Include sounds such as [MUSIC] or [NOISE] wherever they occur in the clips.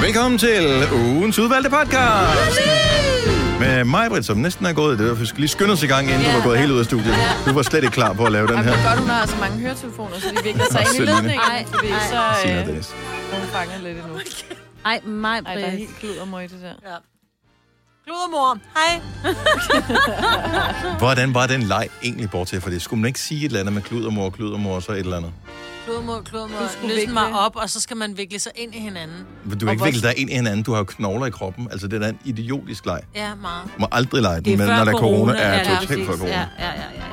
Velkommen til ugens udvalgte podcast. Med mig, Britt, som næsten er gået. Det var, for vi skal lige skynde os i gang, inden Ja, du var gået ja. helt ud af studiet. Du var slet ikke klar på at lave den Ej, her. hvor godt, hun har så mange høretelefoner, så de vikler sig ind i Selv ledningen. mine. Ej, fordi Ej, så Signe og øh, Dennis. hun fanger lidt endnu. Ej, mig, Ej, der er Britt. helt kludermøg i det der. Ja. Kludermor, hej. Hvordan var den leg egentlig bort til? For det skulle man ikke sige et eller andet med kludermor, kludermor og så et eller andet. Klodmor, klodmor. skulle Løsne mig vikle. op, og så skal man vikle sig ind i hinanden. Du har ikke hvor- viklet dig ind i hinanden. Du har jo knogler i kroppen. Altså, det er da en idiotisk leg. Ja, meget. Må aldrig lege den, men når der er corona, er ja, totalt for præcis. corona. Ja, ja, ja.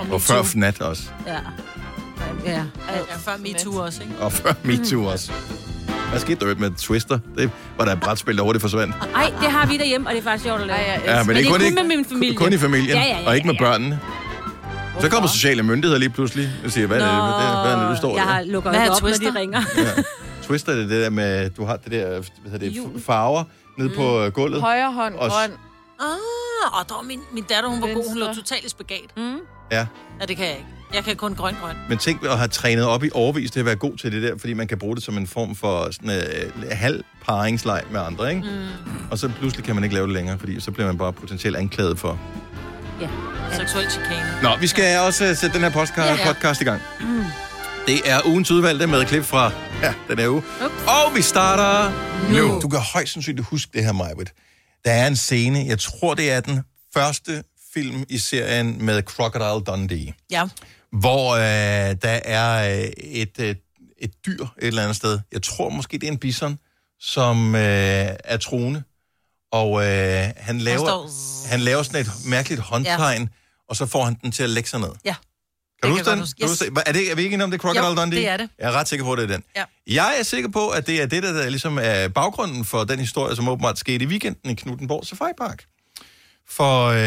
ja. Og før fnat også. ja. Ja, Altså, ja, før MeToo MeToo også, ikke? Og før MeToo også. Hvad skete der i øvrigt med Twister? Det var der et brætspil, der hurtigt forsvandt. Ej, det har vi derhjemme, og det er faktisk sjovt at lave. Ej, jeg Ja, elsker. men, det er det er kun, kun ikke, med min familie. Kun i familien, Ja, ja, ja, og ikke med ja. børnene. Så kommer sociale myndigheder lige pludselig og siger, hvad er det, hvad er det, hvad er det du står Jeg har der? lukket Hvad er op, når Twister? de ringer. Twister, det er det der med, du har det der, hvad hedder det, farver nede på Mm. øh, gulvet. Højre hånd, Også. grøn. Ah, og der var min, min datter, hun var god, hun lå Venstre. totalt i spagat. Mm. Ja, Ja, det kan jeg ikke. Jeg kan kun grøn, grøn. men tænk at have trænet op i overvis til at være god til det der, fordi man kan bruge det som en form for sådan, øh, halv paringsleg med andre, ikke? Mm. Og så pludselig kan man ikke lave det længere, fordi så bliver man bare potentielt anklaget for Seksuel chikane. Nå, vi skal også øh, sætte den her podcast, ja. Ja. podcast i gang. Mm. Det er ugens udvalgte med et klip fra ja, den her uge. Ups. Og vi starter nu. nu. Du kan højst sandsynligt huske det her, Majbrit. Der er en scene, jeg tror det er den første film i serien med Crocodile Dundee Ja. hvor øh, der er øh, et, øh, et dyr et eller andet sted. Jeg tror måske, det er en bison, som øh, er troende. Og øh, han, laver, står- han laver sådan et mærkeligt håndtegn, ja. og så får han den til at lægge sig ned. Ja. Kan du Det huske kan jeg den? godt huske. Kan du huske det? Er, det, er vi ikke enige om, det er Crocodile Jo, Dundee? det er det. Jeg er ret sikker på, at det er den. Ja. Jeg er sikker på, at det er det, der ligesom er baggrunden for den historie, som åbenbart skete i weekenden i Knuttenborg Safari Park. For øh,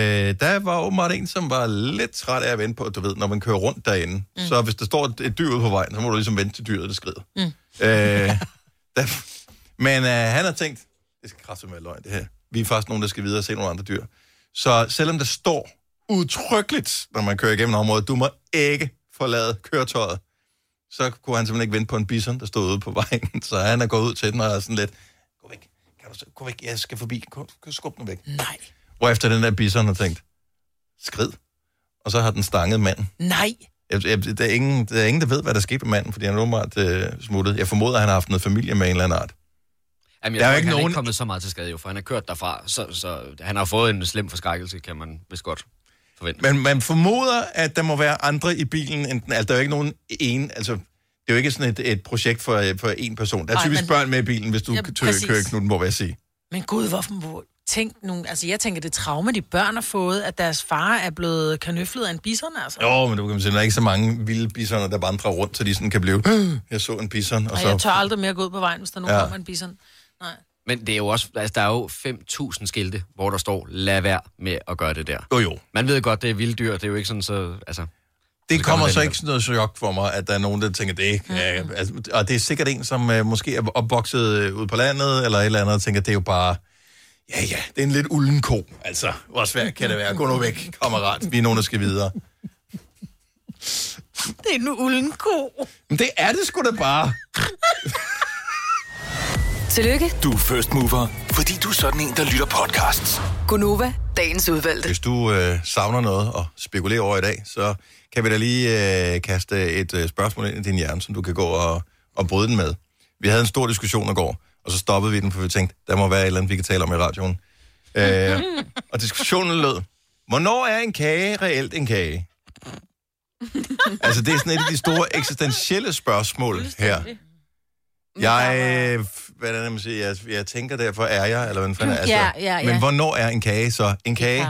der var åbenbart en, som var lidt træt af at vente på, du ved, når man kører rundt derinde. Mm. Så hvis der står et, et dyr ude på vejen, så må du ligesom vente til dyret, det skrider. Mm. Øh, [LAUGHS] der, men øh, han har tænkt, det skal kraftigt med løgn, det her. Vi er faktisk nogen, der skal videre og se nogle andre dyr. Så selvom der står udtrykkeligt, når man kører igennem området, du må ikke forlade køretøjet, så kunne han simpelthen ikke vente på en bison, der stod ude på vejen. [LAUGHS] Så han er gået ud til den og er sådan lidt, gå væk, kan du, så- gå væk, jeg skal forbi, gå, gå- skub den væk. Nej. Hvor efter den der bison har tænkt, skrid. Og så har den stanget manden. Nej. Jeg, jeg, der, er ingen, der er ingen, der ved, hvad der skete med manden, fordi han er åbenbart øh, smuttet. Jeg formoder, at han har haft noget familie med en eller anden art. Jamen, Der jeg der er jo tror, ikke ikke han nogen... er nogen- ikke kommet så meget til skade, jo, for han har kørt derfra, så, så han har fået en slem forskrækkelse, kan man vist godt forvente. Men... Men man formoder, at der må være andre i bilen, end den, altså, der er jo ikke nogen en, altså, det er jo ikke sådan et, et projekt for, øh, for én person. Der er Nej, typisk men- børn med i bilen, hvis du Ja, ja, præcis. kører Knuttenborg, vil jeg sige. Men gud, hvorfor må... Tænk nogle... Altså, jeg tænker, det traume, de børn har fået, at deres far er blevet kanøflet af en bison, altså. Jo, men du kan man sige, der er ikke så mange vilde bisoner, der vandrer rundt, så de sådan kan blive, jeg så en bison, og Og så... jeg tør aldrig mere gå ud på vejen, hvis der nu Ja. ja. kommer en bison. Nej. Men det er jo også, altså, der er jo 5.000 skilte, hvor der står, lad være med at gøre det der. Jo, jo. Man ved godt, det er vilde dyr, det er jo ikke sådan så, altså... Det Så kommer kommer så den ikke sådan noget chok for mig, at der er nogen, der tænker, det er, mm. altså, og det er sikkert en, som øh, måske er opvokset øh, ude på landet, eller et eller andet, og tænker, det er jo bare, ja ja, det er en lidt ulden ko. Altså, hvor svært kan det være? Gå nu væk, kammerat. Vi er nogen, der skal videre. Det er en ulden ko. Men det er det sgu da bare. Tillykke, Du er first mover, fordi du er sådan en, der lytter podcasts. Gunova, dagens udvalgte. Hvis du øh, savner noget at spekulere over i dag, så kan vi da lige øh, kaste et øh, spørgsmål ind i din hjerne, som du kan gå og, og bryde den med. Vi havde en stor diskussion i går, og så stoppede vi den, for vi tænkte, der må være et eller andet, vi kan tale om i radioen. Øh, og diskussionen lød, hvornår er en kage reelt en kage? altså, det er sådan et af de store eksistentielle spørgsmål her. Mm. Jeg, øh, hvad er det, man siger, jeg, jeg tænker derfor, er jeg, eller hvad fanden er altså, Ja, ja, ja. Men hvornår er en kage så en kage?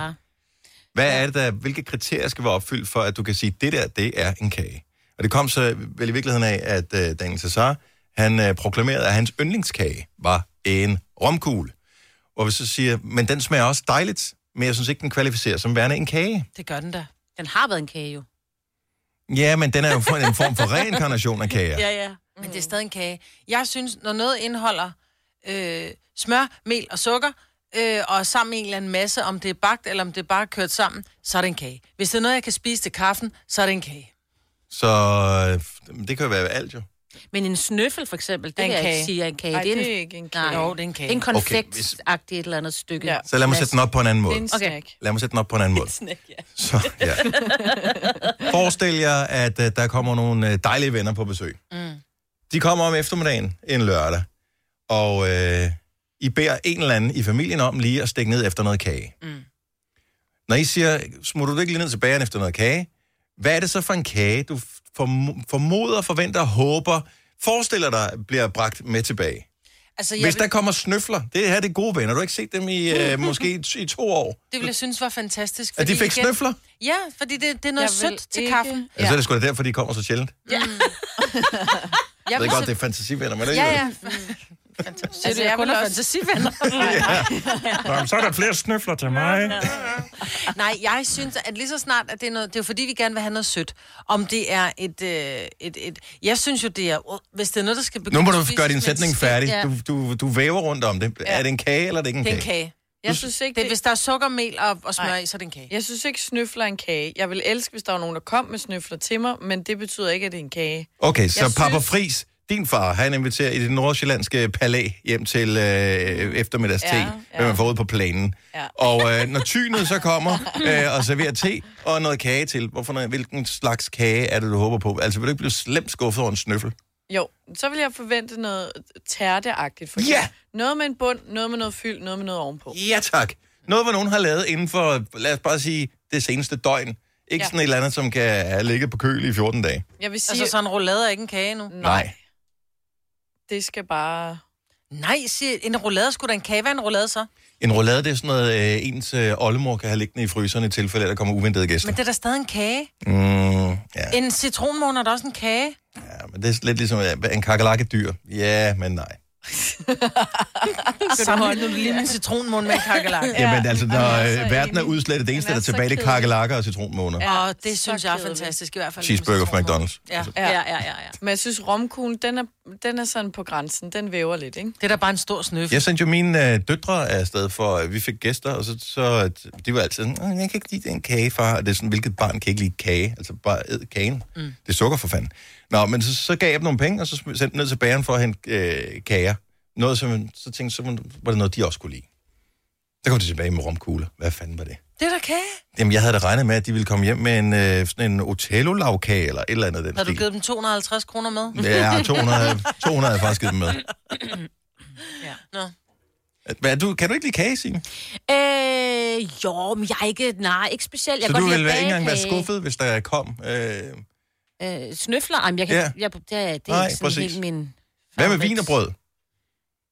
Hvad er det, der, hvilke kriterier skal være opfyldt for, at du kan sige, det der, det er en kage? Og det kom så vel i virkeligheden af, at øh, Daniel Cesar, han øh, proklamerede, at hans yndlingskage var en romkugle. Og vi så siger, men den smager også dejligt, men jeg synes ikke, den kvalificerer som værende en kage. Det gør den da. [LAUGHS] Den har været en kage jo. Ja, men den er jo for- en form for reinkarnation af kager. Ja, ja. Men det er stadig en kage. Jeg synes, når noget indeholder øh, smør, mel og sukker, øh, og sammen med en eller anden masse, om det er bagt, eller om det er bare kørt sammen, så er det en kage. Hvis det er noget, jeg kan spise til kaffen, så er det en kage. Så øh, det kan jo være alt jo. Men en snøffel for eksempel, det En kan jeg ikke kage. sige er en kage. Ej, det en- er ikke en Nej, kage. jo, det er en kage. En konfekt Okay, hvis- et eller andet stykke. Ja. Ja. Så lad mig sætte den op på en anden måde. Det er en Okay. snack. Lad mig sætte den op på en anden måde. Så, ja. Forestil jer, at uh, der kommer nogle uh, dejlige venner på besøg. Mm. De kommer om eftermiddagen en lørdag, og uh, I beder en eller anden i familien om lige at stikke ned efter noget kage. Mm. Når I siger, smutter du ikke lige ned til bageren efter noget kage? Hvad er det så for en kage, du form- formoder, forventer, håber, forestiller dig, bliver bragt med tilbage? Altså, jeg Hvis vil, der kommer snøfler, det her det er gode venner, du har ikke set dem i øh, måske i, i to år, det ville jeg synes var fantastisk. at de fordi fik igen- snøfler? Ja, fordi det, det er noget Jeg vil sødt til ikke- kaffen. Ja. Så er det sgu da derfor, de kommer så sjældent. Jeg Jeg ved vil godt, det er fantasivenner, men det Ja, er ja. Fantastisk. Altså, jeg vil også... fantasivenner. ja. Så er der flere snøfler til mig. Nej, jeg synes, at lige så snart, at det er noget... Det er jo fordi, vi gerne vil have noget sødt. Om det er et... Øh, et, et jeg synes jo, det er... Hvis det er noget, der skal begynde... Nu må du at spises gøre din med en sætning skæg, færdig. ja. Du, du, du væver rundt om det. Er det en kage, eller er det ikke en Det er en kage? kage. Jeg synes ikke, Det, er, hvis der er sukker, mel og, og smør Nej. i, så er det en kage. Jeg synes ikke, snøfler er en kage. Jeg vil elske, hvis der var nogen, der kom med snøfler til mig, men det betyder ikke, at det er en kage. Okay, så Jeg Papa synes- Fris, din far, han inviterer i det nordsjællandske palæ hjem til øh, eftermiddags te, Ja, ja, ja. man får ud på planen. Ja. Og øh, når tynet så kommer øh, og serverer te og noget kage til, hvorfor, noget- hvilken slags kage er det, du håber på? Altså, vil du ikke blive slemt skuffet over en snøffel? Jo, så vil jeg forvente noget tærteagtigt. For Ja! eksempel. Noget med en bund, noget med noget fyld, noget med noget ovenpå. Ja tak. Noget, hvad nogen har lavet inden for, lad os bare sige, det seneste døgn. Ikke ja. Ja. sådan et eller andet, som kan have ligget på køl i 14 dage. Jeg vil sige, Altså, så en roulade er ikke en kage nu. Nej. det skal bare... Nej, sig, en roulade skulle da en kage. Hvad er en roulade så? En roulade, det er sådan noget, øh, ens øh, oldemor kan have liggende i fryseren i tilfælde, at der kommer uventede gæster. Men det er da stadig en kage. Mm, ja. En citronmåne er da også en [LAUGHS] kage. ja, men det er lidt ligesom ja, en kakalakkedyr. Ja, men nej. Sammenligner du lige med en citronmåne med en [LAUGHS] kakelak? Ja, Jamen altså, når øh, verden er enig. udslettet, det eneste, Den der er er så tilbage, det er kedelig. kakelakker og citronmåner. Ja. Ja, Og det så synes jeg er kedeligt. fantastisk i hvert fald. Cheeseburger fra med citronmåne. McDonald's. Altså, Ja. Ja. [LAUGHS] Ja, ja, ja, ja. Men jeg synes, romkuglen, den er, den er sådan på grænsen. Den væver lidt, ikke? Det er da bare en stor snøf. Jeg sendte jo mine øh, døtre afsted, for øh, vi fik gæster, og så, så øh, de var altid sådan, "Åh, jeg kan ikke lide den kage, far. Og det er sådan, hvilket barn kan ikke lide kage? Altså bare æd kagen. Mm. Det er sukker for fanden. Nå, men så, så gav jeg dem nogle penge, og så sm- sendte dem ned til bageren for at hente øh, kager. Noget, som så tænkte, så var det noget, de også kunne lide. Så kom de tilbage med romkugler. Hvad fanden var det? Det er da kage. Jamen, jeg havde da regnet med, at de ville komme hjem med en, øh, sådan en Otello-lavkage, eller et eller andet af den Har du stil. givet dem 250 kroner med? Ja, 200, 200 havde jeg faktisk givet dem [LAUGHS] med. Nå. Hvad, er du, kan du ikke lide kage, Signe? Øh, jo, men jeg er ikke, nej, ikke specielt. Jeg Så kan du godt lide ville at være- ikke bage engang være kage. skuffet, hvis der kom. Øh, Øh, snøfler, jamen, jeg kan, Ja. ja. jeg, det, er- det er Nej, nej, ikke sådan præcis. præcis. helt min... hvad med favorit. vin og brød?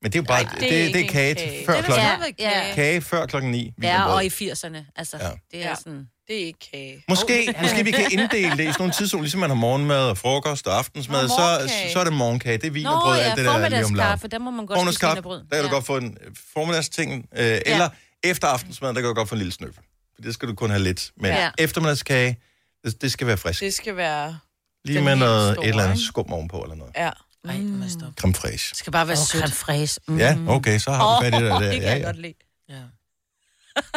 Men det er jo bare, Nej, det, det er det, ikke det er en kage, kage. til Det før er da klokken, svært. Ja, ja. kage før klokken 9. Vin Ja, og brød. og i 80'erne, altså. Ja. Ja. Det er Ja. ja. sådan... Det er ikke kage. Måske, måske vi kan inddele det i sådan nogle tidszone, ligesom man har morgenmad og frokost og aftensmad, Nå, så, morgenkage. så er det morgenkage, det er vin Nå, og brød, ja, alt det der er lige om larm. formiddagskaffe, der må man godt spise vin og Formidagskaffe, brød. der kan du Ja. godt få en øh, formiddagsting, øh, eller efter aftensmad, der kan du godt få en lille snøffel. For det skal du kun have lidt. Men Ja. eftermiddagskage, det, det skal være frisk. Det skal være... Lige den med helt noget, store, et eller andet ikke? skum ovenpå eller noget. Ja. Nej, mm. må jeg stoppe. Creme fraiche. Det skal bare være Og oh, sødt. creme fraise. Mm. Ja, okay, så har du fat i det der. [LAUGHS] Det kan ja, jeg ja. godt lide. Ja.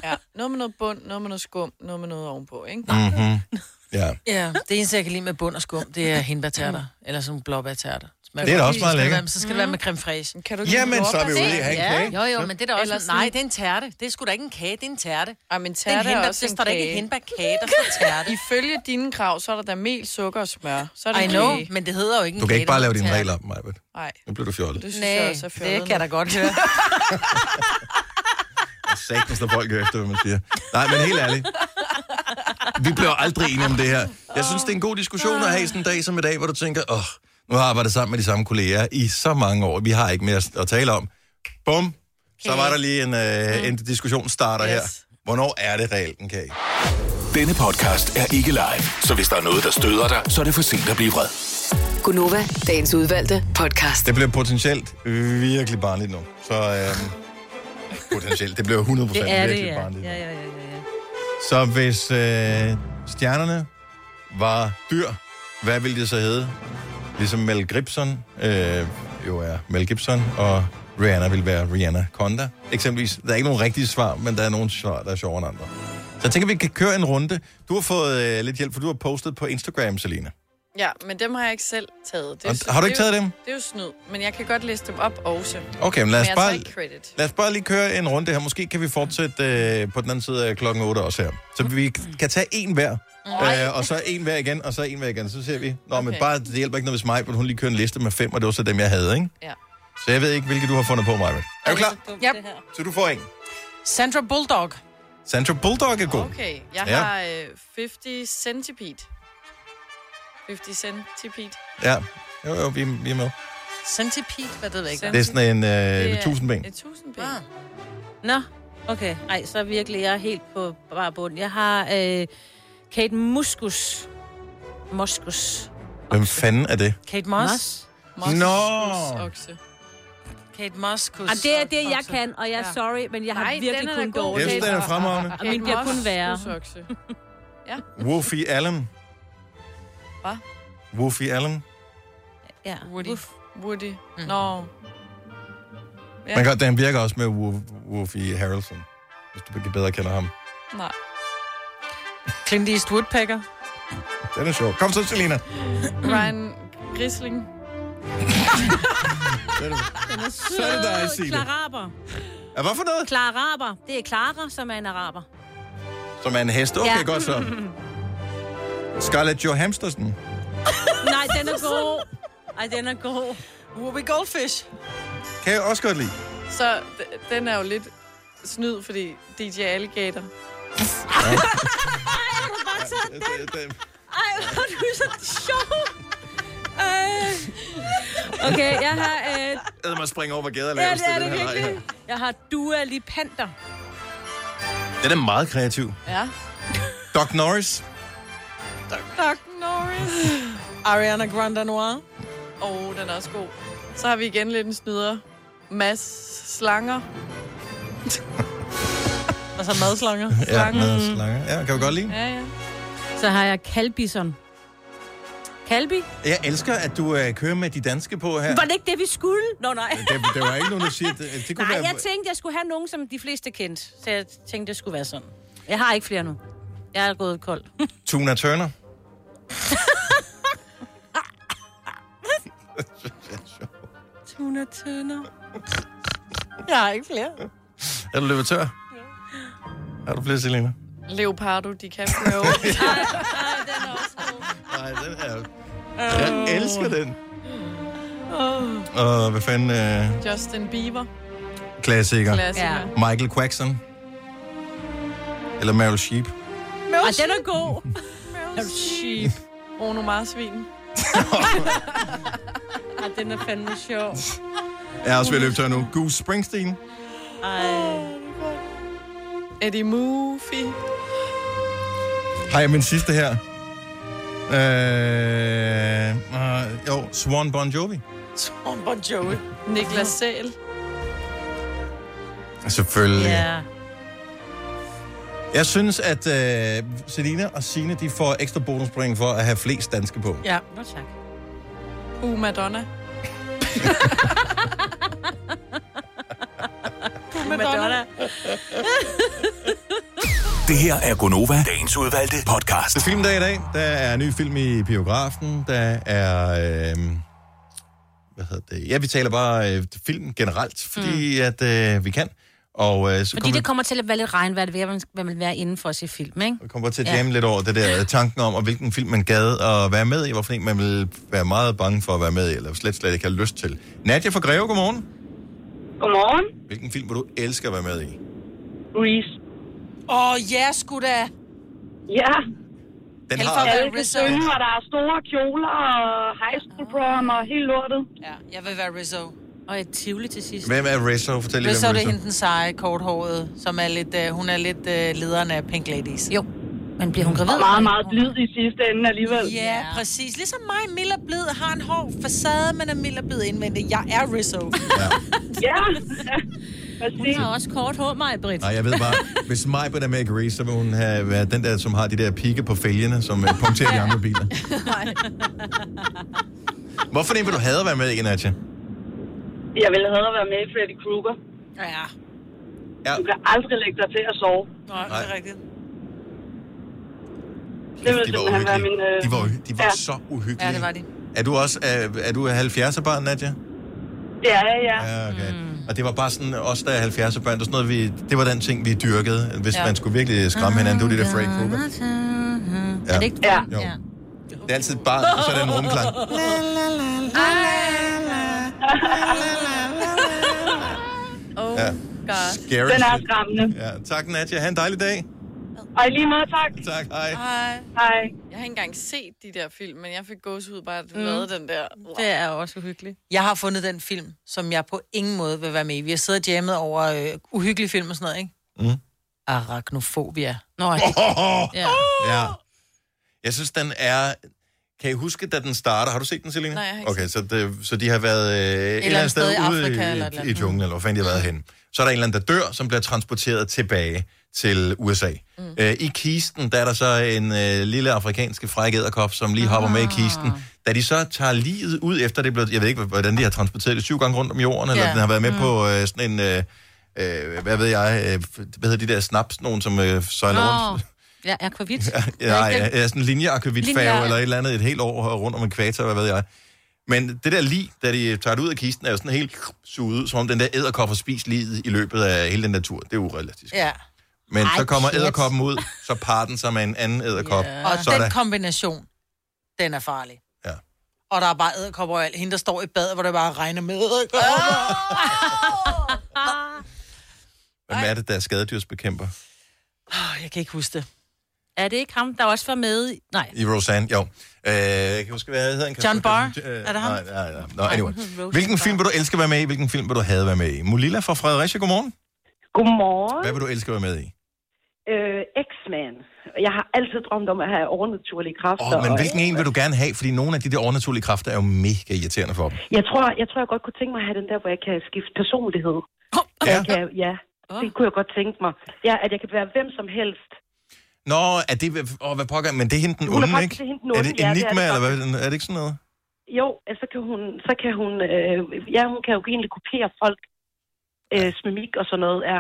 ja. Noget med noget bund, noget med noget skum, noget med noget ovenpå, Mm. ikke? Mm-hmm. Ja. ja, Mm. det eneste, jeg kan lide med bund og skum, det er hindbærtærter. Eller sådan blåbærtærter. Smager Det er da godt. også meget Så skal det lækkert. være- Så skal det være med creme fraiche. Kan du ikke Jamen, så er vi ude i at have en Ja, kage. jo, jo, men det er da også... Eller Eller sådan- Nej, det er en tærte. Det er sgu da ikke en kage, det er en tærte. Ej, men Det er en tærte er hindbær, også der en står der ikke kage. en hindbærkage, der [LAUGHS] står tærte. Ifølge dine krav, så er der da mel, sukker og smør. Så er det I en know, kage. men det hedder jo ikke en Du kan ikke kage, bare der lave hedder dine en regler om, Majbet. Nej, Nu bliver du fjollet. det synes tærte. jeg også er Nej, fjollet. det kan jeg da [LAUGHS] godt høre. Sagtens, når folk hører efter, hvad man siger. Nej, men helt ærligt. Vi bliver aldrig enige om det her. Jeg synes, det er en god diskussion at have sådan en dag som i dag, hvor du tænker, åh, oh, nu har jeg arbejdet sammen med de samme kolleger i så mange år. Vi har ikke mere at tale om. Bum. Så var der lige en, øh, Mm. en diskussion starter her. Yes. Hvornår er det reelt en kage? Denne podcast er ikke live, så hvis der er noget, der støder dig, så er det for sent at blive vred. Gunova, dagens udvalgte podcast. Det bliver potentielt virkelig barnligt nu. Så øh, potentielt. Det bliver 100% [LAUGHS] Det er det, virkelig ja. barnligt. Ja, ja, ja, ja, ja. Så hvis øh, stjernerne var dyr, hvad ville det så hedde? Ligesom Mel Gibson øh, jo er Mel Gibson, og Rihanna vil være Rihanna Conda. Eksempelvis, der er ikke nogen rigtige svar, men der er nogle svar, der er sjovere end andre. Så jeg tænker, vi kan køre en runde. Du har fået øh, lidt hjælp, for du har postet på Instagram, Selina. Ja, men dem har jeg ikke selv taget. Og så- har du ikke er taget jo- dem? Det er jo snyd, men jeg kan godt læse dem op også. Okay, men lad os, Men jeg bare, tager ikke credit. lad os bare lige køre en runde her. Måske kan vi fortsætte øh, på den anden side af klokken 8 også her. Så vi kan tage en hver, øh, og så en hver igen, og så en hver igen. Så ser vi. Nå, okay. men Okay. bare, det hjælper ikke noget, hvis mig, hun lige kører en liste med fem, og det var så dem, jeg havde, ikke? Ja. Så jeg ved ikke, hvilke du har fundet på, mig. Er du klar? Yep. Så du får en. Sandra Bulldog. Sandra Bulldog er god. Okay. Okay, jeg Ja. har øh, 50 centipede. 50 centipede. Ja, jo, jo, vi, vi er med. Centipede, hvad det ved jeg ikke. Det er sådan en Det øh, er 1000 ben. Et tusindben. Ah. Ah. Nå, okay. Ej, så er virkelig, jeg er helt på bare bund. Jeg har øh, Kate Muskus. Moskus. Hvem fanden er det? Kate Moss. Moss. Nå. Okse. Kate Moss. Kus, Jamen, Ah, det er det, jeg okse. kan, og jeg er sorry, men jeg har Nej, virkelig den er da kun god. dårligt. Jeg synes, den er fremragende. Og min bliver kun værre. Okse. Woofy Allen. Hvad? Woofy Allen. Ja. Woody. Uff. Woody. Mm. Nå. Ja. Man kan, den virker også med Wo- Woofy Harrelson, hvis du ikke bedre kender ham. Nej. Clint Eastwood Packer. Den er sjov. Kom så, Selina. Ryan Grisling. Så er det dig, Signe. Klaraber. Ja, hvad for noget? Klaraber. Det er Clara, som er en araber. Som er en hest. Okay, ja. Ja. godt så. Scarlett Johansson. Nej, den [LAUGHS] er god. Ej, den er god. Ruby Goldfish. Kan jeg også godt [LAUGHS] lide. Så d- den er jo lidt snyd, fordi DJ Alligator. Øh, det- det- Ej, hvor er du så sjov. Øh. Okay, jeg har... Øh, Jeg mig springe over, hvor gader ja, laves det er den det her vej virkelig. Jeg har Dua Lipander. her. Den er meget kreativ. Ja. Doc Norris. Doc Norris. Ariana Grande Noir. Åh, oh, den er også god. Så har vi igen lidt en snyder. Mads [LAUGHS] Slanger. Altså madslanger. Ja, med slanger. Ja, kan vi godt lide. Ja, ja. Så har jeg Kalbison. Kalbi? Jeg elsker, at du øh, kører med de danske på her. Var det ikke det, vi skulle? Nå, nej. Det, det var ikke nogen, der siger, det, det kunne Nej, være... jeg tænkte, jeg skulle have nogen, som de fleste kendte. Så jeg tænkte, det skulle være sådan. Jeg har ikke flere nu. Jeg er gået [LAUGHS] kold. Tuna Turner. Tuna Turner. Jeg har ikke flere. Er du løbet tør? Ja. Er du flere, Selina? Leopardo [LAUGHS] DiCaprio. Nej, den er... Jeg elsker den. Og hvad fanden... Øh, Justin Bieber. klassiker. Klassiker. Ja. Ja. Michael Quackson. Eller Meryl Sheep. Og den er god. Sheep. Bruno [LAUGHS] Marsvin. Og den er fandme sjov. Jeg er også ved at løbe tør nu. Goose Springsteen. Ej. Eddie Murphy. Har jeg min sidste her? Øh, øh, jo, Swan Bon Jovi. Tom Bon Jovi. Niklas Sæl. Selvfølgelig. Ja. Jeg synes, at øh, Selina og Sine, de får ekstra bonuspoint for at have flest danske på. Ja. Nå, tak. Uh, [LAUGHS] Madonna. Uh, Uh, Madonna. Det her er Gonova, dagens udvalgte podcast. Det er filmdag i dag. Der er en ny film i biografen. Der er... Øh, hvad hedder det? Ja, vi taler bare øh, film generelt, fordi mm. at øh, vi kan. Og øh, så Fordi kommer det kommer til at være lidt regnvejr, det vil jeg, man vil være inden for at se film, ikke? vi kommer til at jamme lidt over det der øh, tanken om, og hvilken film man gad at være med i, hvorfor en man vil være meget bange for at være med i, eller slet, slet ikke har lyst til. Nadia fra Greve, godmorgen. Godmorgen. Hvilken film vil du elske at være med i? Reese. Åh, ja, sgu da. Ja, Den Held for har, at alle være kan Rizzo. synge, og der er store kjoler og high school prom og helt lortet. Ja, jeg vil være Rizzo. Og et tivoli til sidst. hvem er Rizzo? Fortæl lige, Rizzo, hvem det er Rizzo. hende den seje, korthåret, som er lidt, øh, hun er lidt øh, lederen af Pink Ladies. Jo, men bliver hun gravid? Og meget, meget blid i sidste ende alligevel. Ja, præcis. Ligesom mig, Miller Blid har en hård facade, men er Miller Blid indvendig. Jeg er [LAUGHS] Rizzo. Ja, ja. præcis. Hun har også kort hår, mig, Britt. Nej, jeg ved bare, hvis mig på der med Grease, så vil hun have været den der, som har de der pigge på fælgene, som øh, punkterer de andre biler. Hvorfor det vil du have at være med i, Nadia? Jeg ville have været med i Freddy Krueger. Ja. Ja. Du kan aldrig lægge dig til at sove. Nå, det Nej. er rigtigt. Det ville de var simpelthen være uhyggelige. min... Øh... De var, uhy- de var ja. så uhyggelige. Ja, det var de. Er du også er, er du 70'er barn, Nadja? Det er jeg, ja. Ja, okay. Mm. Og det var bare sådan, os der er 70'er børn, det, var sådan noget, vi, det var den ting, vi dyrkede, hvis ja. Ja. mm. man skulle virkelig skræmme hinanden. Det var det der Freddy Krueger. Er det ikke Ja. Jo. Det er altid et barn, og så er der en rumklang. Oh, Ja. God. Scary Den er shit. skræmmende. Ja, tak Nadja. Ha' en dejlig dag. Og i lige måde, tak. Tak, hej. Hej. Jeg har ikke engang set de der film, men jeg fik gåsehud bare, at mm. lavede den der. Det er også uhyggeligt. Jeg har fundet den film, som jeg på ingen måde vil være med i. Vi har siddet og jammet over øh, uhyggelige film og sådan noget, ikke? Mm. Arachnofobia. [LAUGHS] Nå, det, Ja. Ja. Jeg synes, den er... Kan I huske, da den starter? Har du set den, Selina? Nej, jeg har ikke Okay, så, det, så de har været øh, et eller andet andet sted, sted i ude Afrika eller et i, eller i, i andet. junglen, eller hvor fanden de har været henne. Så er der en eller anden, der dør, som bliver transporteret tilbage til USA. Mm. Øh, I kisten, der er der så en øh, lille afrikanske frække edderkop, som lige hopper med i kisten. Da de så tager livet ud efter det er blevet... Jeg ved ikke, hvordan de har transporteret det syv gange rundt om jorden, eller Ja. den har været med mm. på øh, sådan en... Øh, øh, hvad ved jeg? Øh, hvad hedder de der snaps, nogen som øh, sejler rundt? Nå. Ja, akvavit. Ja, ikke ja, ja, sådan en linjeakvavitfærge Linje- eller et eller andet et helt år rundt om ekvator, hvad ved jeg. Men det der lig, da de tager det ud af kisten, er jo sådan helt suget ud, som om den der æderkop har spist livet i løbet af hele den natur. Det er urealistisk. ja. Men Ej, så kommer pjat. æderkoppen ud, så parer den sig med en anden æderkop. Ja. Og Så er den der- kombination, den er farlig. Ah. Ja. Og der er bare æderkopper og alt. Hende, der står i bad, hvor det bare regner med æderkopper. Ah. Hvem er det, der er skadedyrsbekæmper? Oh, jeg kan ikke huske det. Er det ikke ham, der også var med? i- Nej. I Roseanne, jo. Øh, jeg kan huske, hvad hedder han? Kan- John Barr? Øh, Er det ham? Nej, nej, nej. Nå, anyway. Roseanne Hvilken film vil du elske at være med i? Hvilken film vil du have været med i? Mulilla fra Fredericia, godmorgen. Godmorgen. Hvad vil du elske at være med i? Øh, X-Man. Jeg har altid drømt om at have overnaturlige kræfter. Åh, oh, men og- hvilken en vil du gerne have? Fordi nogle af de der overnaturlige kræfter er jo mega irriterende for dem. Jeg tror, jeg tror, jeg godt kunne tænke mig at have den der, hvor jeg kan skifte personlighed. Ja. Kan jeg, ja, det kunne jeg godt tænke mig. Ja, at jeg kan være hvem som helst. Nå, er det... Åh, hvad pokker... Men det er hende den Hun er onde, faktisk- ikke? det er hende den onde, er det ja, det er det Enigma, eller hvad? Er det ikke sådan noget? Jo, altså kan hun, så kan hun, øh, ja, hun kan jo egentlig kopiere folk. Øh, smimik og sådan noget, ja.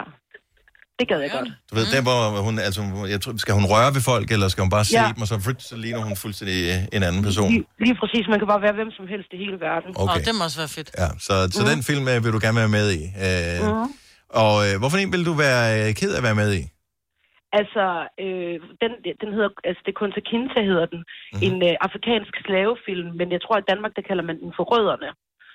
Det gad jeg godt. Du ved, mm. der hvor hun... Altså, jeg tror, skal hun røre ved folk, eller skal hun bare se Ja. dem, og så, flyt, så ligner hun fuldstændig øh, en anden person? Lige, lige præcis, man kan bare være hvem som helst i hele verden. Okay. Okay. Og det må også være fedt. Ja, så, så den film øh, vil du gerne være med i. Øh, Mm. Og øh, hvorfor en vil du være øh, ked af at være med i? Altså, øh, den, den hedder, altså det er kun til Kinta hedder den. Mhm. Mm-hmm. En øh, afrikansk slavefilm, men jeg tror, at i Danmark, der kalder man den for rødderne.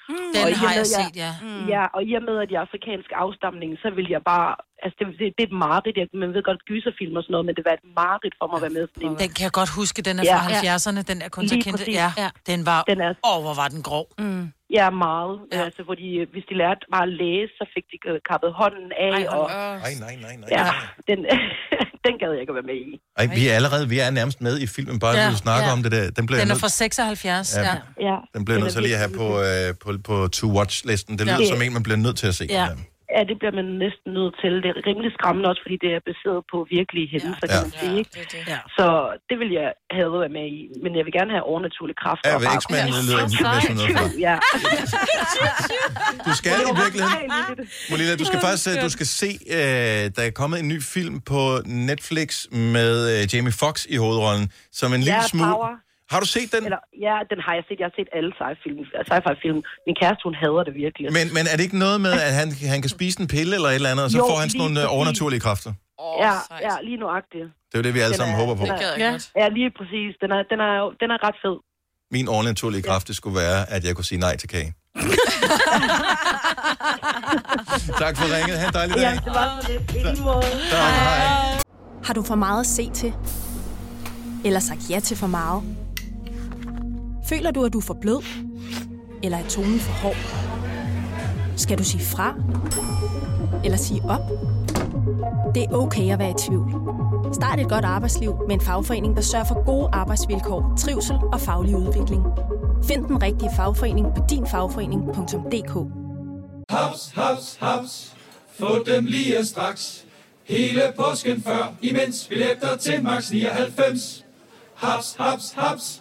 Og i Den og har med, jeg jeg- set, ja. Mm. Ja, og i og med, at jeg er afrikansk afstamning, så vil jeg bare, altså det, det, det er et mareridt, jeg, man ved godt gyserfilm og sådan noget, men det var et mareridt for mig at være med i sådan en. Den kan jeg godt huske, den er Ja. fra 70'erne, den er kun Lige til kendte. præcis. Ja, Ja. den var... Den er, Åh, hvor var den grov. Mm. ja, meget. Ja. Ja. Altså, hvor de, øh, hvis de lærte bare at læse, så fik de øh, kappet hånden af, Ej, og Ej, nej, nej, nej. ja, nej. den, [LAUGHS] den gad jeg ikke at være med i. Ej, vi er allerede... Vi er nærmest med i filmen, bare ja, Ja, du snakker ja. ja. om det der. Den bliver jeg Den er nødt- fra 76, ja. Ja. ja. Ja, Den bliver jeg nødt til lige at have på, øh, på, på to-watch-listen. Det lyder ja. Ja. som en, man bliver nødt til at se. Ja. Ja, det bliver man næsten nødt til. Det er rimelig skræmmende også, fordi det er baseret på virkelige hændelser, ja. kan Ja. man Ja, sige. Ikke? det er det. Ja. Så det vil jeg have været med i, men jeg vil gerne have overnaturlige kræfter. Ja, og ved bare- X-Men Ja, lyder så det sådan sejt. noget fra. [LAUGHS] Ja. Du skal i virkeligheden, virkelig. Molina, du skal faktisk, øh, du skal se, øh, der er kommet en ny film på Netflix med øh, Jamie Foxx i hovedrollen, som en lille Ja, smule... Power. Har du set den? Eller, ja, den har jeg set. Jeg har set alle sci-fi-film. Sci-fi-film. Min kæreste, hun hader det virkelig. Men, men er det ikke noget med, at han, han kan spise en pille eller et eller andet, og så Jo, får han sådan lige nogle øh, præcis. overnaturlige kræfter? Åh, ja, sejt. ja, lige nuagtigt. Det er jo det, vi alle Den sammen er- håber på. Det gad jeg Ja. godt. Ja, lige præcis. Den er, den er, jo- den er ret fed. Min overnaturlige kraft, det skulle være, at jeg kunne sige nej til kage. [LAUGHS] tak for ringet. Ha' en dejlig dag. Ja, det var så lidt. I lige måde. Tak, hej. Har du for meget at se til? Eller sagt ja til for meget? Føler du, at du er for blød? Eller er tonen for hård? Skal du sige fra? Eller sige op? Det er okay at være i tvivl. Start et godt arbejdsliv med en fagforening, der sørger for gode arbejdsvilkår, trivsel og faglig udvikling. Find den rigtige fagforening på dinfagforening.dk Haps, haps, haps. Få dem lige straks. Hele påsken før, imens billetter til max 99. Haps, haps, haps.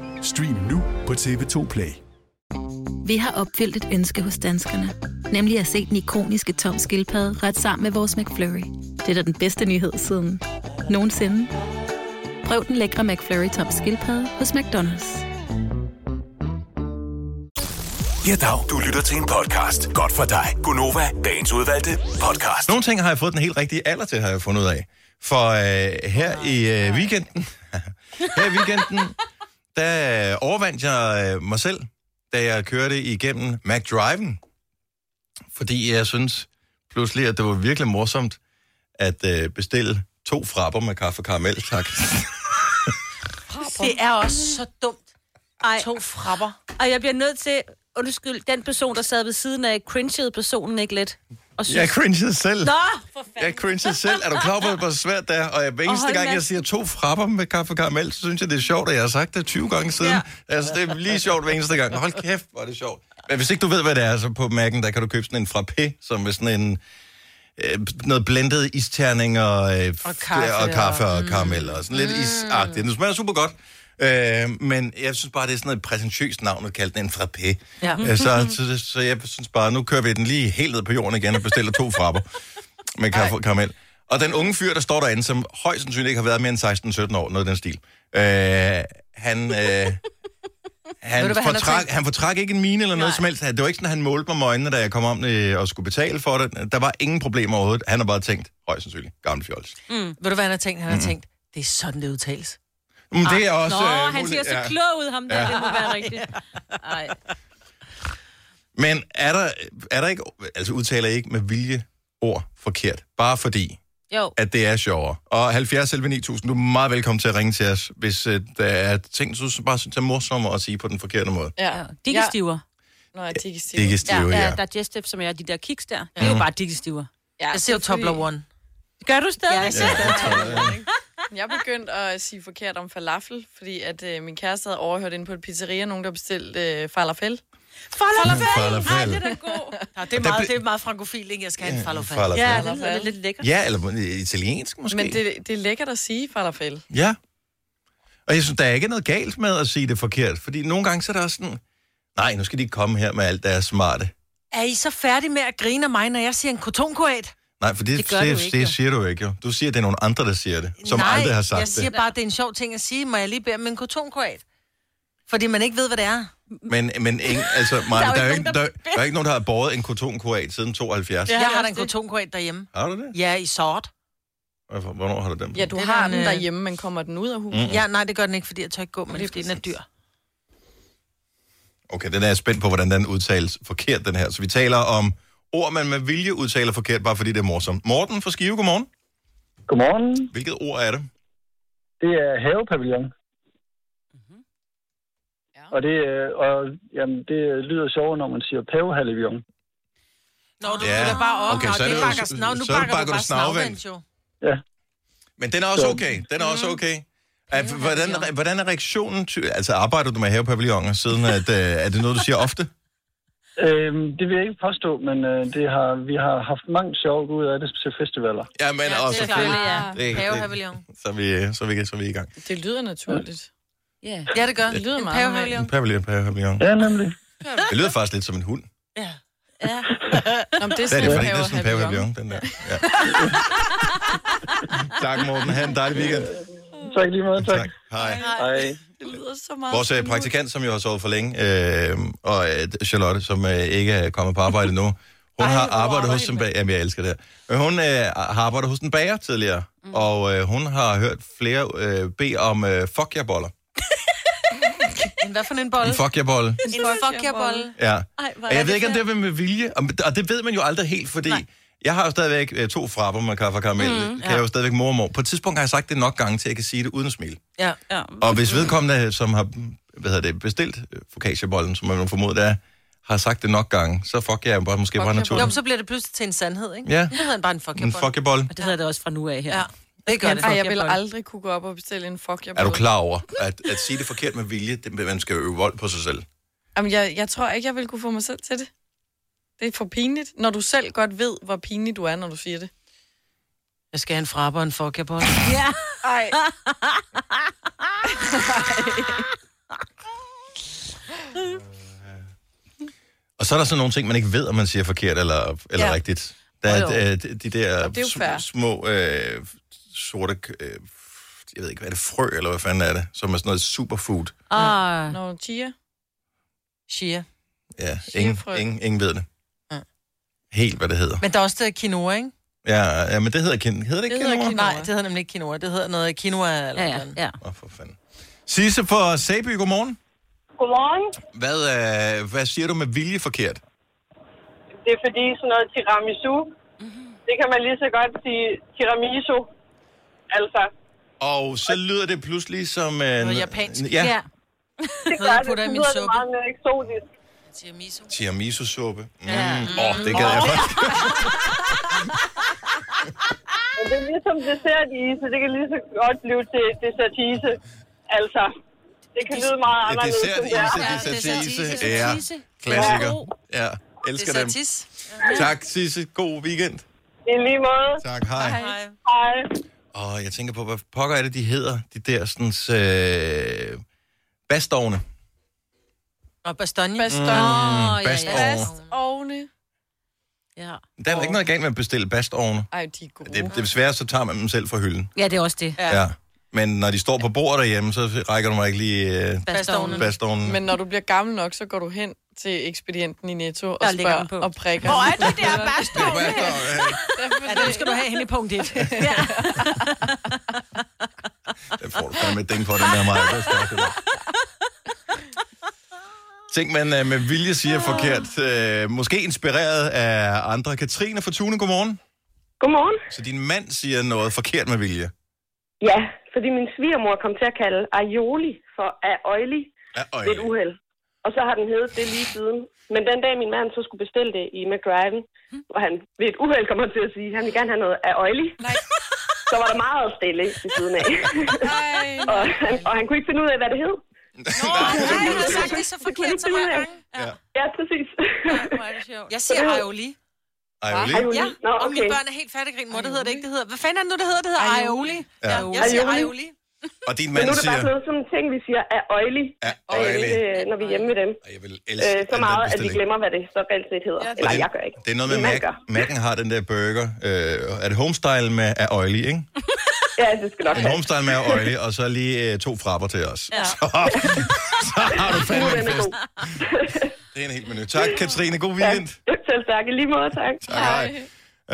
Stream nu på TV2 Play. Vi har opfyldt et ønske hos danskerne. Nemlig at se den ikoniske tom skildpadde ret sammen med vores McFlurry. Det er da den bedste nyhed siden nogensinde. Prøv den lækre McFlurry tom skildpadde hos McDonald's. Ja, dag. Du lytter til en podcast. Godt for dig. Gunova, dagens udvalgte podcast. Nogle ting har jeg fået den helt rigtige alder til, har jeg fundet ud af. For øh, her i øh, weekenden, [LAUGHS] her i weekenden, der øh, overvandt jeg øh, mig selv, da jeg kørte igennem McDriven. Fordi jeg synes pludselig, at det var virkelig morsomt at øh, bestille to frapper med kaffe og karamel, tak. Det er også så dumt. Ej. To frapper. Og jeg bliver nødt til, undskyld, den person, der sad ved siden af, cringede personen ikke lidt? Og Jeg cringede selv. Nå, for fanden. Jeg cringede selv. Er du klar på, hvor svært det er? Og jeg, hver eneste hold gang, da. jeg siger to frapper med kaffe og karamel, så synes jeg, det er sjovt, at jeg har sagt det 20 gange siden. Ja. Altså, det er lige sjovt hver eneste gang. Hold kæft, hvor er det sjovt. Men hvis ikke du ved, hvad det er, så på Mac'en, der kan du købe sådan en frappé, som er sådan en... Øh, noget blendet isterning og, øh, Og kaffe og, kaffe og og- karamel og sådan lidt isagtigt. Den smager super godt. Øh, men jeg synes bare, det er sådan et præsentøst navn at kalde den en frappé. Ja. Øh, så, så, så jeg synes bare, nu kører vi den lige helt ned på jorden igen og bestiller to frapper med kaffe og karamel. Og den unge fyr, der står derinde, som højst sandsynligt ikke har været mere end 16-17 år, noget i den stil, øh, han, øh, Ved du, han, hvad han har fortræk, tænkt? han fortræk ikke en mine eller noget som helst. Det var ikke sådan, at han målte mig med øjnene, da jeg kom om øh, og skulle betale for det. Der var ingen problemer overhovedet. Han har bare tænkt, højst sandsynligt, gammel fjols. Mm. Ved du, hvad han har tænkt? Han har tænkt, det er sådan, det udtales. Men det er Ah, også... nå, øh, han muligt- ser så ja. klog ud, ham der. Ja. Det må være rigtigt. Ej. Men er der, er der ikke... Altså udtaler I ikke med vilje ord forkert, bare fordi Jo. at det er sjovere. Og 70 11 9000, du er meget velkommen til at ringe til os, hvis øh, der er ting, du bare synes er morsommere at sige på den forkerte måde. Ja. Diggestiver. Nå, ja, diggestiver. Diggestiver, ja. ja. Digestive, som er de der kiks der. Det er jo Mhm. bare diggestiver. Ja, Jeg ser jo selvfølgelig. Toblerone. Gør du stadig? Ja, jeg det? Jeg begyndte at sige forkert om falafel, fordi at øh, min kæreste havde overhørt inde på et pizzeria, nogen der bestilte øh, falafel. Falafel! Falafel. [LAUGHS] Ej, det er da god. Nå, det, er Og der meget, blev- det er meget frankofil, ikke? Jeg skal have en falafel. falafel. Ja, det lyder lidt lækkert. Ja, eller øh, italiensk måske. Men det, det er lækkert at sige falafel. Ja. Og jeg synes, der er ikke noget galt med at sige det forkert, fordi nogle gange så er der også sådan, nej, nu skal de ikke komme her med alt, der er smarte. Er I så færdige med at grine af mig, når jeg siger en kotonkoat? Nej, for det, Det det, gør det, du ikke, ikke, det jo. siger du ikke, jo. Du siger, at det er nogle andre, der siger det, som Nej, aldrig har sagt jeg siger det. bare, at det er en sjov ting at sige. Må jeg lige bede om en kotonkoat? Fordi man ikke ved, hvad det er. Men, men ingen, altså, Maja, der, er jo jo ikke, der, nogen, der, der- er ikke nogen, der har båret en kotonkurat siden 72. Ja, jeg har da en kotonkoat derhjemme. Har du det? Ja, i sort. Hvorfor- Hvornår har du den på? Ja, du Det har er en, den øh, derhjemme, men kommer den ud af huset? Mm-mm. Ja, nej, det gør den ikke, fordi jeg tør ikke gå med, den, fordi den er dyr. Okay, den er jeg spændt på, hvordan den udtales forkert, den her. Så vi taler om ord, man med vilje udtaler forkert, bare fordi det er morsomt. Morten fra Skive, godmorgen. Godmorgen. Hvilket ord er det? Det er havepavillon. Mm-hmm. Ja. Og, det, øh, og jamen, det lyder sjovere, når man siger pavehalvion. Nå, du ja. fylder bare op, okay, og så er det det jo- bakker så- snav. Nu så bakker, bakker du du bare snavvand. snavvand, jo. Men den er også okay. Den er også okay. Er, hvordan, hvordan er reaktionen? Ty- altså, arbejder du med havepavilloner siden, at, øh, er det noget, du siger ofte? Øhm, det vil jeg ikke påstå, men øh, det har, vi har haft mange sjove ud af det til festivaler. [LAUGHS] Ja, men ja, også klart, ja. Havepavillon. Så vi, øh, så vi, så vi er i gang. Det lyder naturligt. Yeah. Ja, det gør. Det lyder En meget pavehavelion. En pavillon, pavillon. Ja, nemlig. Det lyder faktisk lidt som en hund. Ja. Nå, men det er Det er sådan, det, det fordi det er sådan en pavillon, den der. Ja. tak, Morten. Ha' en dejlig weekend. Tak lige meget, tak. Hej. Hej. Det lyder så meget. Vores øh, praktikant, som jo har sovet for længe, øh, og øh, Charlotte, som øh, ikke er kommet på arbejde nu, hun har arbejdet hos en bager. Jamen, jeg elsker det her. Men hun øh, har arbejdet hos en bager tidligere, mm. og øh, hun har hørt flere øh, bede om øh, fuck jer boller. En hvad for en bolle? En fuck jer bolle. En fuck jer bolle. Ja. Ej, hvor er og jeg det ved ikke, om fair. det var med vilje, og, og det ved man jo aldrig helt, fordi Nej. jeg har jo stadigvæk øh, to frapper med kaffe og karamel, Mm, mm, kan ja. jeg jo stadigvæk mor og mor. På et tidspunkt har jeg sagt det nok gange til, at jeg kan sige det uden at smile. Ja. ja. Og hvis vedkommende, øh, som har hvad hedder det, bestilt øh, focaccia-bollen, som man må formode, det er, har sagt det nok gange, så fuck jeg bare måske bare Jo, men naturligt. så bliver det pludselig til en sandhed, ikke? Ja. Nu hedder den bare en fuck jer En bolle. fuckjebolle. Og det hedder det også fra nu af her. Ja. Det gør det. Ej, jeg vil aldrig kunne gå op og bestille en fuck jer Er du klar over, at, at sige det forkert med vilje, det, man skal øve vold på sig selv? Jamen, jeg, jeg tror ikke, jeg vil kunne få mig selv til det. Det er for pinligt, når du selv godt ved, hvor pinlig du er, når du siger det. Jeg skal have en frapper og en fuck jer på. Ja. Ej. Og så er der sådan nogle ting, man ikke ved, om man siger forkert eller, eller Ja. ja. rigtigt. Der er Jo, jo. øh, de, de der Og det er jo fair. sm- små øh, sorte, øh, jeg ved ikke, hvad er det, frø, eller hvad fanden er det, som er sådan noget superfood. Ah. Når chia. Chia. Ja, ingen, Chiafrø. ingen, ingen ved det. Ja. Helt, hvad det hedder. Men der er også det der quinoa, ikke? Ja, ja men det hedder, kin- hedder det ikke quinoa? Nej, det hedder nemlig ikke quinoa. Det hedder noget quinoa eller ja, ja. Åh, oh, for fanden. Sisse fra Sæby, godmorgen. Godmorgen. Hvad, øh, hvad siger du med vilje forkert? Det er fordi sådan noget tiramisu, det kan man lige så godt sige tiramisu. Altså, Og så lyder det pludselig som... Øh, Noget japansk. Ja, Ja. ja. det Noget, gør jeg det, putter i det min lyder suppe. meget mere eksotisk. Tiramisu. tiramisu-suppe. Åh, mm. ja. oh, det gad jeg Åh. faktisk. Men det er ligesom dessertise, det kan lige så godt blive til dessertise. Altså, det kan lyde meget Ja, anderledes. dessert, end det er. ise, dessert, ise. Ja, klassiker. Ja, elsker dem. Dessertis. Tak, Sisse. God weekend. I lige måde. Tak, hej. Hej. hej. Og jeg tænker på, hvad pokker er det, de hedder? De der sådan... Øh, bastovne. Og bastogne. Bastogne. Mm, Åh, ja, ja. bastogne. Bastovne. Ja. Der er oh. ikke noget galt med at bestille bastovne. Ej, de er gode. Det, det svære, så tager man dem selv fra hylden. Ja, det er også det. Ja. ja. Men når de står på bordet derhjemme, så rækker du mig ikke lige øh, Bastovnen. bastovnen. Men når du bliver gammel nok, så går du hen til ekspedienten i Netto og Der ligger den på. spørger og prikker. Hvor [LAUGHS] er det der bastovne? Ja, det skal du have hen i punkt [LAUGHS] 1. ja. Den får du fandme et ding på, den der mig. Det skal jeg også have. Ting, man øh, med vilje siger forkert. Øh, måske inspireret af andre. Katrine fra Tune, godmorgen. Godmorgen. Så din mand siger noget forkert med vilje. Ja, fordi min svigermor kom til at kalde aioli for aioli. Aioli. Det er et uheld. Og så har den heddet det lige siden. Men den dag, min mand så skulle bestille det i McDriven, hvor han ved et uheld kommer til at sige, at han vil gerne have noget aioli. Nej. [LAUGHS] Så var der meget stille i siden [LAUGHS] af. og, han, og han kunne ikke finde ud af, hvad det hed. Nej, jeg har sagt det så forkert så mange gange. Ja. Ja, præcis. Jeg siger aioli. Aioli? Ja, Aioli? Nå, og mine okay. børn er helt fattige grin. Mor, det hedder det ikke, det hedder. Hvad fanden er det nu, det hedder? Det hedder aioli. Ja. Jeg siger Aioli. aioli. Og Men nu din mand er det bare siger, sådan noget, sådan en ting, vi siger, er øjelig, aioli. øh, når vi er hjemme ved dem. jeg vil elske Øh, så den der meget, at vi bestilling. glemmer, hvad det så reelt set hedder. Og Eller det- jeg gør ikke. det er noget med, Min mand gør. Mac, Mac'en har den der burger. Øh, er det homestyle med aioli, ikke? Ja, det skal nok En være. homestyle med aioli, og så lige øh, to frapper til os. Ja. [LAUGHS] Så, så har du Nu fandme er en den fest. god. Det er en helt menu. Tak, Katrine. God weekend. Ja, selv tak. I lige måde, tak. Tak, hej.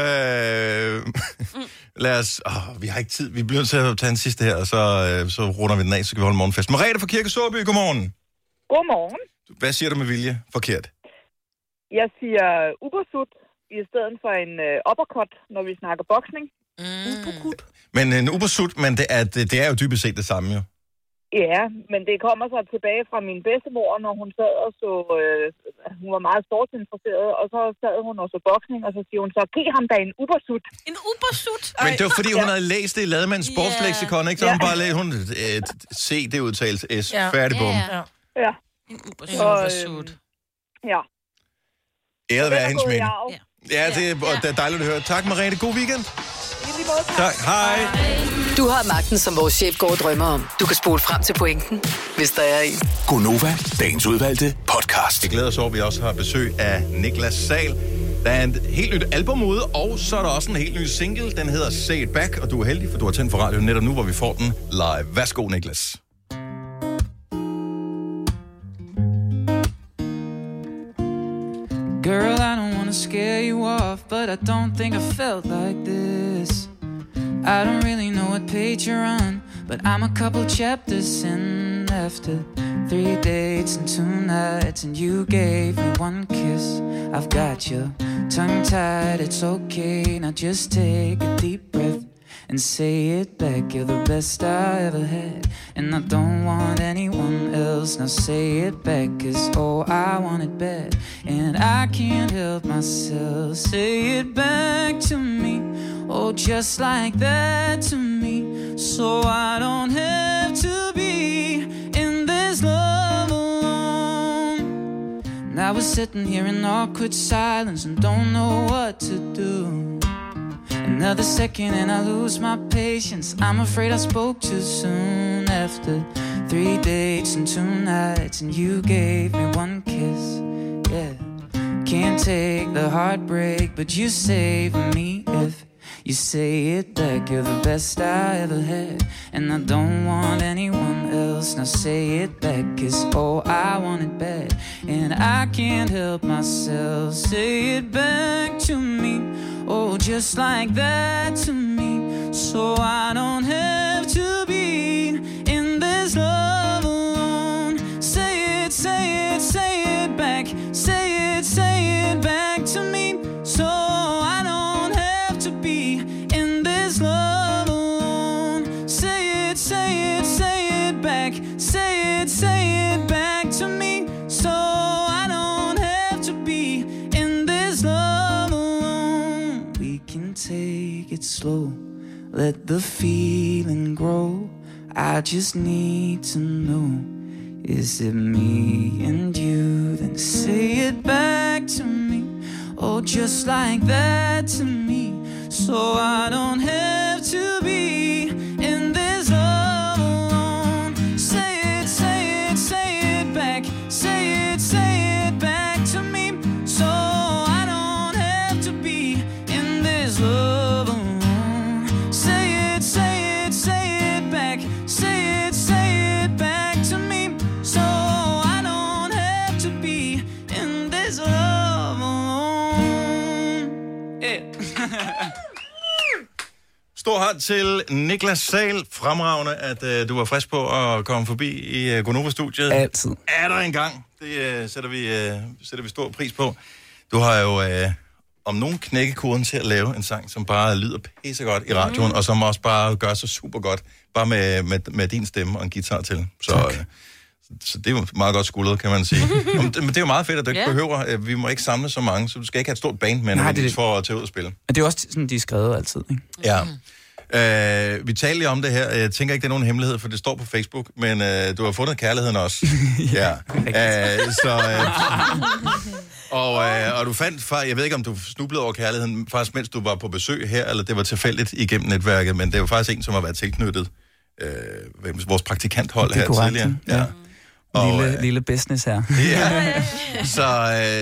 Øh, Mm. [LAUGHS] lad os... Åh, vi har ikke tid. Vi bliver nødt til at tage en sidste her, og så, øh, så runder vi den af, så kan vi holde morgenfest. Merete fra Kirke Sårby, godmorgen. Godmorgen. Hvad siger du med vilje? Forkert. Jeg siger øh, ubersut i stedet for en øh, uppercut, når vi snakker boksning. Mm. Men øh, en ubersut, men det er, det, det er jo dybest set det samme, jo. Ja, men det kommer så tilbage fra min bedstemor, når hun sad og så... Øh, hun var meget sportsinteresseret, og så sad hun og så boksning, og så siger hun så, giv ham da en ubersut. En ubersut? Men det var, fordi hun havde læst det i Lademands sportsleksikon, ikke? Så hun Ja. bare lagde, hun... Øh, C, det udtales S. Ja. Færdig bum. Ja. ja. En ubersut. Og, Ubersut. øh, ja. Æret være hendes mænd. Ja. Ja, det, er- og det er dejligt at høre. Tak, Merete. God weekend. I lige måde, Tak. Hej. Du har magten, som vores chef går og drømmer om. Du kan spole frem til pointen, hvis der er en. Gonova, dagens udvalgte podcast. Vi glæder os over, at vi også har besøg af Niklas Sal. Der er et helt nyt album ude, og så er der også en helt ny single. Den hedder Say It Back, og du er heldig, for du har tændt for radioen netop nu, hvor vi får den live. Værsgo, Niklas. Girl, I don't wanna scare you off, but I don't think I felt like this. I don't really know what page you're on, but I'm a couple chapters in after three dates and two nights, and you gave me one kiss. I've got your tongue tied, it's okay. Now just take a deep breath and say it back. You're the best I ever had, and I don't want anyone else. Now say it back, cause oh, I want it bad, and I can't help myself. Say it back to me. Oh, just like that to me. So I don't have to be in this love alone. Now we're sitting here in awkward silence and don't know what to do. Another second and I lose my patience. I'm afraid I spoke too soon after three dates and two nights, and you gave me one kiss. Yeah, can't take the heartbreak, but you save me if you say it like you're the best I ever had. And I don't want anyone else. Now say it back, cause oh, I want it back. And I can't help myself. Say it back to me. Oh, just like that to me. So I don't have to be in this love alone. Say it, say it, say it back. Say it, say it back to me. So I don't have to be in this love alone. Say it, say it, say it back. Say it, say it back to me. So I don't have to be in this love alone. We can take it slow, let the feeling grow. I just need to know. Is it me and you? Then say it back to me. Oh, just like that to me. So I don't have to be in this love alone. Say it, say it, say it back. Say it, say it back to me. So I don't have to be in this love alone. Say it, say it, say it back. Say it, say it back to me. So I don't have to be in this love alone. Yeah. Stor hånd til Niklas Sal. Fremragende, at øh, du var frisk på at komme forbi i øh, Gonova-studiet. Altid. Er der engang. Det øh, sætter, vi, øh, sætter vi stor pris på. Du har jo øh, om nogen knækkekoden til at lave en sang, som bare lyder pissegodt i radioen, mm. og som også bare gør sig super godt, bare med, med, med din stemme og en guitar til. Så, øh, så det er jo meget godt skuldret, kan [LAUGHS] man sige. Nå, Men det, men det er jo meget fedt, at du ikke Ja. yeah. behøver... Øh, vi må ikke samle så mange, så du skal ikke have et stort band Nej, med, det er nødvendigvis det. for at tage ud og spille. Men det er jo også sådan, de er skrevet altid, ikke? Ja. Mm. Øh, vi talte lige om det her. Jeg tænker ikke, det er nogen hemmelighed, for det står på Facebook, men øh, du har fundet kærligheden også. [LAUGHS] ja. Øh, så, øh, og, øh, og du fandt, far, jeg ved ikke, om du snublede over kærligheden, faktisk mens du var på besøg her, eller det var tilfældigt igennem netværket, men det er jo faktisk en, som har været tilknyttet øh, hvem- vores praktikanthold Det er her korrekt, tidligere. ja. Og, øh, Lille, lille business her. [LAUGHS] Ja. Så,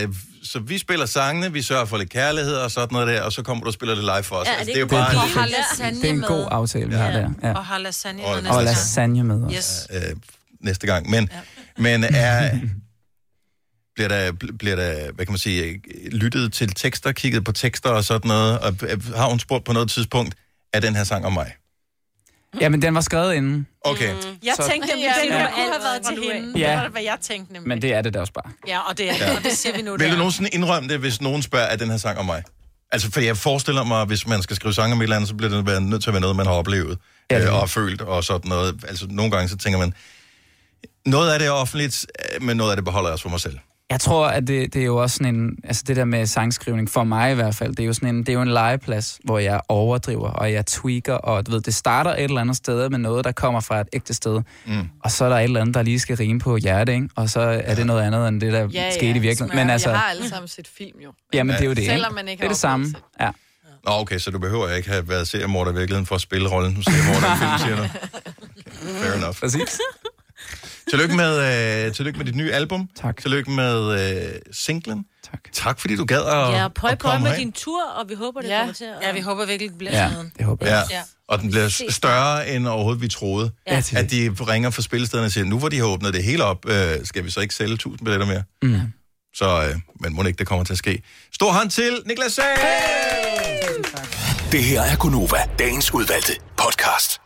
øh, så vi spiller sangene, vi sørger for lidt kærlighed og sådan noget der, og så kommer du og spiller det live for os. Ja, Altså, det det er jo kunne bare vi en godt. perfekt- lasagne Det er en med. god aftale, vi har der. Ja. Og har lasagne Og med har næste Og lasagne. gang. lasagne med os. Yes. øh, næste gang. Men, ja. men er, bliver, der, bl- bliver der, hvad kan man sige, øh, lyttet til tekster, kigget på tekster og sådan noget, og øh, har hun spurgt på noget tidspunkt, er den her sang om mig? Jamen, den var skrevet inden, Okay. Mm. Jeg Så- tænkte nemlig, Ja. at den her Ja. kunne have været Fra til nu af. hende. Ja. Det var, hvad jeg tænkte nemlig. men det er det da også bare. Ja, og det er Ja. og det siger vi nu. Vil der. du nogensinde indrømme det, hvis nogen spørger, er den her sang om mig? Altså, for jeg forestiller mig, hvis man skal skrive sange om et eller andet, så bliver det være- nødt til at være noget, man har oplevet ja, øh, og følt og sådan noget. Altså, nogle gange så tænker man, noget af det er offentligt, øh, men noget af det beholder jeg også for mig selv. Jeg tror, at det, det er jo også sådan en... Altså det der med sangskrivning, for mig i hvert fald, det er jo sådan en, det er jo en legeplads, hvor jeg overdriver, og jeg tweaker, og du ved, det starter et eller andet sted med noget, der kommer fra et ægte sted. Mm. Og så er der et eller andet, der lige skal rime på hjertet, ikke? Og så er det noget andet, end det, der ja, skete i virkeligheden. Men altså, Vi har alle sammen set film jo. jamen det er jo det, Selvom man ikke Det er har det samme. Ja. Nå, okay, så du behøver ikke have været seriemorder i virkeligheden for at spille rollen som seriemorder i film, siger du. [LAUGHS] Okay, fair enough. Præcis. Tillykke med, øh, tillykke med dit nye album. Tak. Tillykke med øh, singlen. Tak. Tak, fordi du gad at, Ja, prøv at på komme med her. din tur, og vi håber, det Ja. kommer til at... Ja, vi håber virkelig, det bliver Ja, sådan noget. det håber Ja. Ja. Og den bliver s- større, end overhovedet vi troede. Ja. At de ringer fra spillestederne og siger, nu hvor de har åbnet det hele op, øh, skal vi så ikke sælge 1000 billetter mere? Mm. Så, øh, men må ikke, det kommer til at ske. Stor hånd til Niklas Sager! Det her er Gunova, dagens udvalgte podcast.